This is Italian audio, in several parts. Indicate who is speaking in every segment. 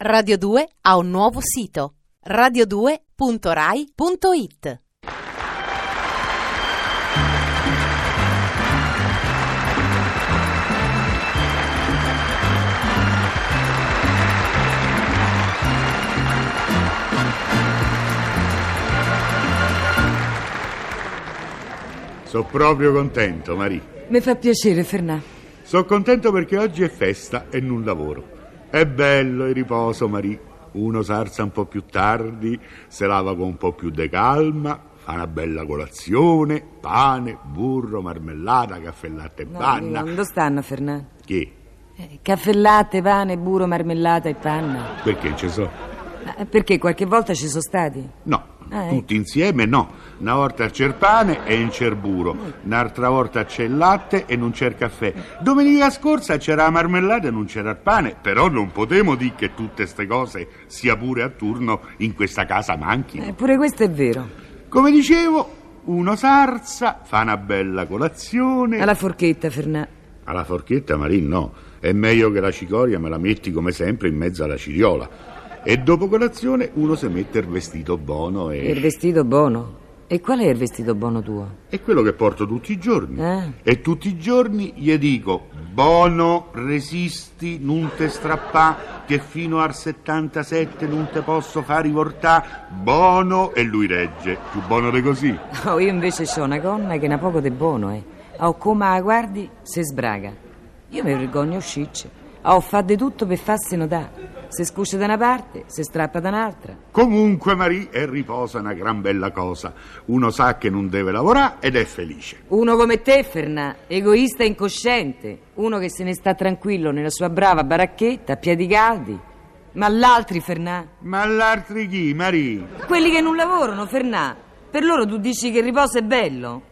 Speaker 1: Radio 2 ha un nuovo sito radio2.rai.it.
Speaker 2: Sono proprio contento, Marie.
Speaker 3: Mi fa piacere, Fernà.
Speaker 2: Sono contento perché oggi è festa e non lavoro. È bello il riposo, Marie. Uno s'alza un po' più tardi, se lava con un po' più di calma, fa una bella colazione, pane, burro, marmellata, caffè latte e panna.
Speaker 3: Dove stanno, Fernà?
Speaker 2: Che?
Speaker 3: Eh, Caffè latte, pane, burro, marmellata e panna.
Speaker 2: Perché ci sono?
Speaker 3: Ma perché qualche volta ci sono stati?
Speaker 2: No,
Speaker 3: Ah, ecco.
Speaker 2: tutti insieme no. Una volta c'è il pane e in c'è il burro, un'altra volta c'è il latte e non c'è il caffè. Domenica scorsa c'era la marmellata e non c'era il pane, però non potevo dire che tutte queste cose, sia pure a turno, in questa casa manchino.
Speaker 3: Eh, pure questo è vero.
Speaker 2: Come dicevo, uno sarsa, fa una bella colazione.
Speaker 3: Alla forchetta, Fernà.
Speaker 2: Alla forchetta, Marin, no. È meglio che la cicoria me la metti come sempre in mezzo alla ciriola. E dopo colazione uno si mette il vestito buono e...
Speaker 3: Il vestito buono. E qual è il vestito buono tuo?
Speaker 2: È quello che porto tutti i giorni.
Speaker 3: Eh.
Speaker 2: E tutti i giorni gli dico: Bono, resisti, non te strappà, che fino al 77 non te posso far riportà. Bono, e lui regge. Più buono di così.
Speaker 3: Oh, io invece ho una gonna che ne ha poco di buono, eh. Oh, come la guardi, se sbraga. Io mi vergogno scicce. Oh, fa di tutto per farsi notare. Se scuscia da una parte, se strappa da un'altra.
Speaker 2: Comunque, Marie, è riposa una gran bella cosa. Uno sa che non deve lavorare ed è felice.
Speaker 3: Uno come te, Fernà, egoista e incosciente, uno che se ne sta tranquillo nella sua brava baracchetta a piedi caldi. Ma l'altri, Fernà,
Speaker 2: Ma l'altri chi, Marie?
Speaker 3: quelli che non lavorano, Fernà, per loro tu dici che il riposo è bello?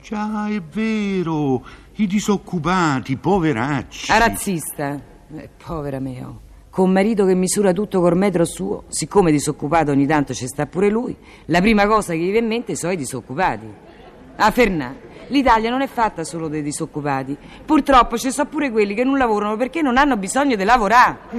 Speaker 2: Già, è vero. I disoccupati, poveracci.
Speaker 3: A razzista. Eh, povera me, oh. Con marito che misura tutto col metro suo, siccome disoccupato ogni tanto ci sta pure lui, la prima cosa che gli viene in mente sono i disoccupati. Ah, Fernà, l'Italia non è fatta solo dei disoccupati. Purtroppo ci sono pure quelli che non lavorano perché non hanno bisogno di lavorare.
Speaker 2: È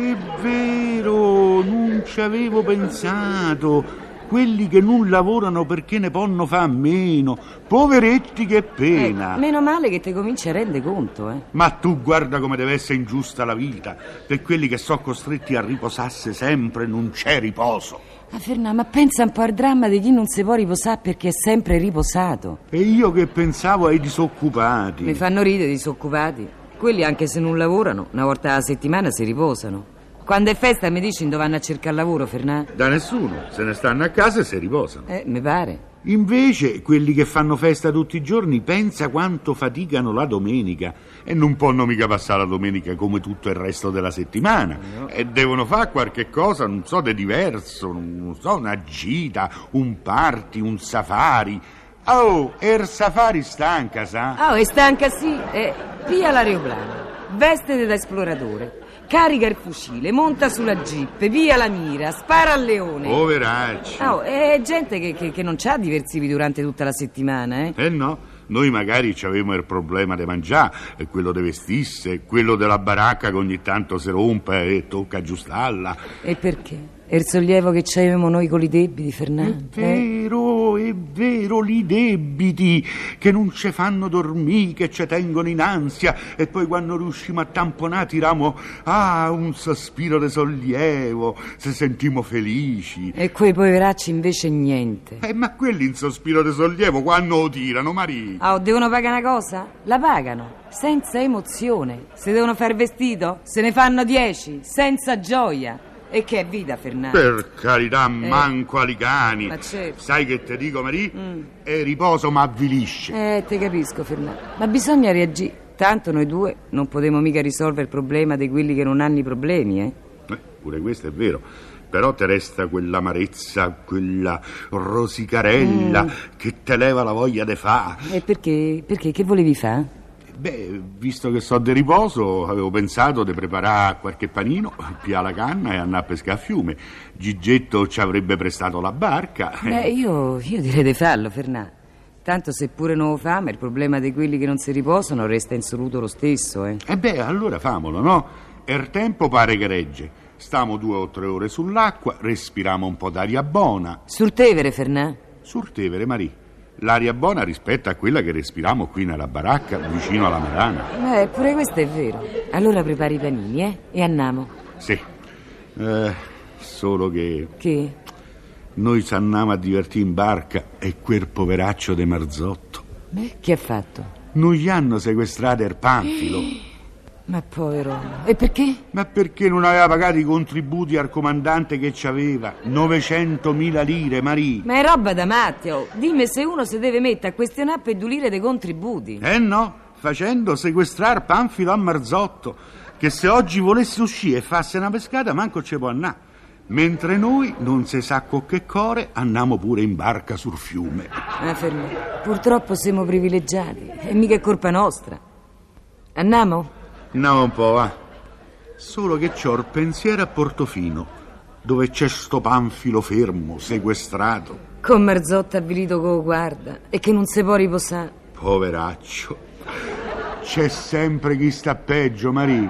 Speaker 2: vero, non ci avevo pensato. Quelli che non lavorano perché ne ponno fa a meno. Poveretti che
Speaker 3: Eh,
Speaker 2: pena.
Speaker 3: meno male che te cominci a rendere conto, eh.
Speaker 2: Ma tu guarda come deve essere ingiusta la vita. Per quelli che sono costretti a riposasse sempre non c'è riposo.
Speaker 3: Ma Fernà, Ah, ma pensa un po' al dramma di chi non si può riposare perché è sempre riposato.
Speaker 2: E io che pensavo ai disoccupati.
Speaker 3: Mi fanno ridere i disoccupati. Quelli, anche se non lavorano, una volta alla settimana si riposano. Quando è festa mi dici dove vanno a cercare lavoro, Fernà?
Speaker 2: Da nessuno, se ne stanno a casa e si riposano.
Speaker 3: Eh, mi pare.
Speaker 2: Invece, quelli che fanno festa tutti i giorni, pensa quanto faticano la domenica. E non possono mica passare la domenica come tutto il resto della settimana. E devono fare qualche cosa, non so, di diverso, non non so, una gita, un party, un safari. Oh, e il safari stanca, sa?
Speaker 3: Ah, è stanca sì. Eh, pia l'aeroplano, vestiti da esploratore, carica il fucile, monta sulla jeep, via la mira, spara al leone.
Speaker 2: Poveracci.
Speaker 3: Ah, oh, è gente che, che- che non c'ha diversivi durante tutta la settimana, eh?
Speaker 2: Eh no, noi magari ci avevamo il problema di mangiare, e quello di vestisse, quello della baracca che ogni tanto si rompe e tocca aggiustarla.
Speaker 3: E perché? È il sollievo che c'avevamo noi con i debiti,
Speaker 2: È
Speaker 3: Fernando. eh?
Speaker 2: vero, è vero, li debiti che non ci fanno dormire, che ci tengono in ansia e poi quando riusciamo a tamponare tiriamo ah, un sospiro di sollievo, se sentiamo felici.
Speaker 3: E quei poveracci invece niente.
Speaker 2: Eh, ma quelli in sospiro di sollievo quando lo tirano, Marie?
Speaker 3: Ah, oh, devono pagare una cosa? La pagano, senza emozione. Se devono far vestito, se ne fanno dieci, senza gioia. E che è vita, Fernando?
Speaker 2: Per carità, manco alicani.
Speaker 3: eh. Ma certo. Mm.
Speaker 2: Sai che ti dico, Marie? È riposo ma avvilisce.
Speaker 3: Eh, te capisco, Fernando. Ma bisogna reagire. Tanto noi due non potremo mica risolvere il problema di quelli che non hanno i problemi, eh?
Speaker 2: Eh, pure questo è vero. Però te resta quell'amarezza, quella rosicarella che te leva la voglia di fa.
Speaker 3: E perché? Perché? Che volevi fare?
Speaker 2: Beh, visto che so di riposo, avevo pensato di preparare qualche panino, pia la canna e andare a pescare a fiume. Gigetto ci avrebbe prestato la barca. Eh,
Speaker 3: Beh, Eh, io, io direi di farlo, Fernà. Tanto se pure non lo fa, ma il problema di quelli che non si riposano resta insoluto lo stesso, eh.
Speaker 2: E beh, allora famolo, no? E il tempo pare che regge. Stiamo due o tre ore sull'acqua, respiriamo un po' d'aria buona.
Speaker 3: Sul Tevere, Fernà.
Speaker 2: Sul Tevere, Marie, l'aria buona rispetto a quella che respiriamo qui nella baracca vicino alla Marana.
Speaker 3: Eh, pure questo è vero. Allora prepari i panini, eh? E andiamo.
Speaker 2: Sì, Eh, solo che
Speaker 3: Che?
Speaker 2: noi s'annamo a divertire in barca e quel poveraccio de Marzotto.
Speaker 3: Beh, che ha fatto?
Speaker 2: Non gli hanno sequestrato il panfilo.
Speaker 3: Ma povero. E perché?
Speaker 2: Ma perché non aveva pagato i contributi al comandante che ci aveva? 900.000 lire, Marie.
Speaker 3: Ma è roba da Matteo. Dimmi se uno si deve mettere a questionare per dulire dei contributi.
Speaker 2: Eh no, facendo sequestrare Panfilo a Marzotto, che se oggi volesse uscire e fasse una pescata manco ce può andare. Mentre noi, non se sa con che core, andiamo pure in barca sul fiume.
Speaker 3: Ah, Fernà, purtroppo siamo privilegiati. E mica è colpa nostra. Andiamo?
Speaker 2: No, un po', va. Solo che c'ho il pensiero a Portofino, dove c'è sto Panfilo fermo, sequestrato.
Speaker 3: Con Marzotto avvilito che guarda e che non si può riposare.
Speaker 2: Poveraccio. C'è sempre chi sta peggio, Marie.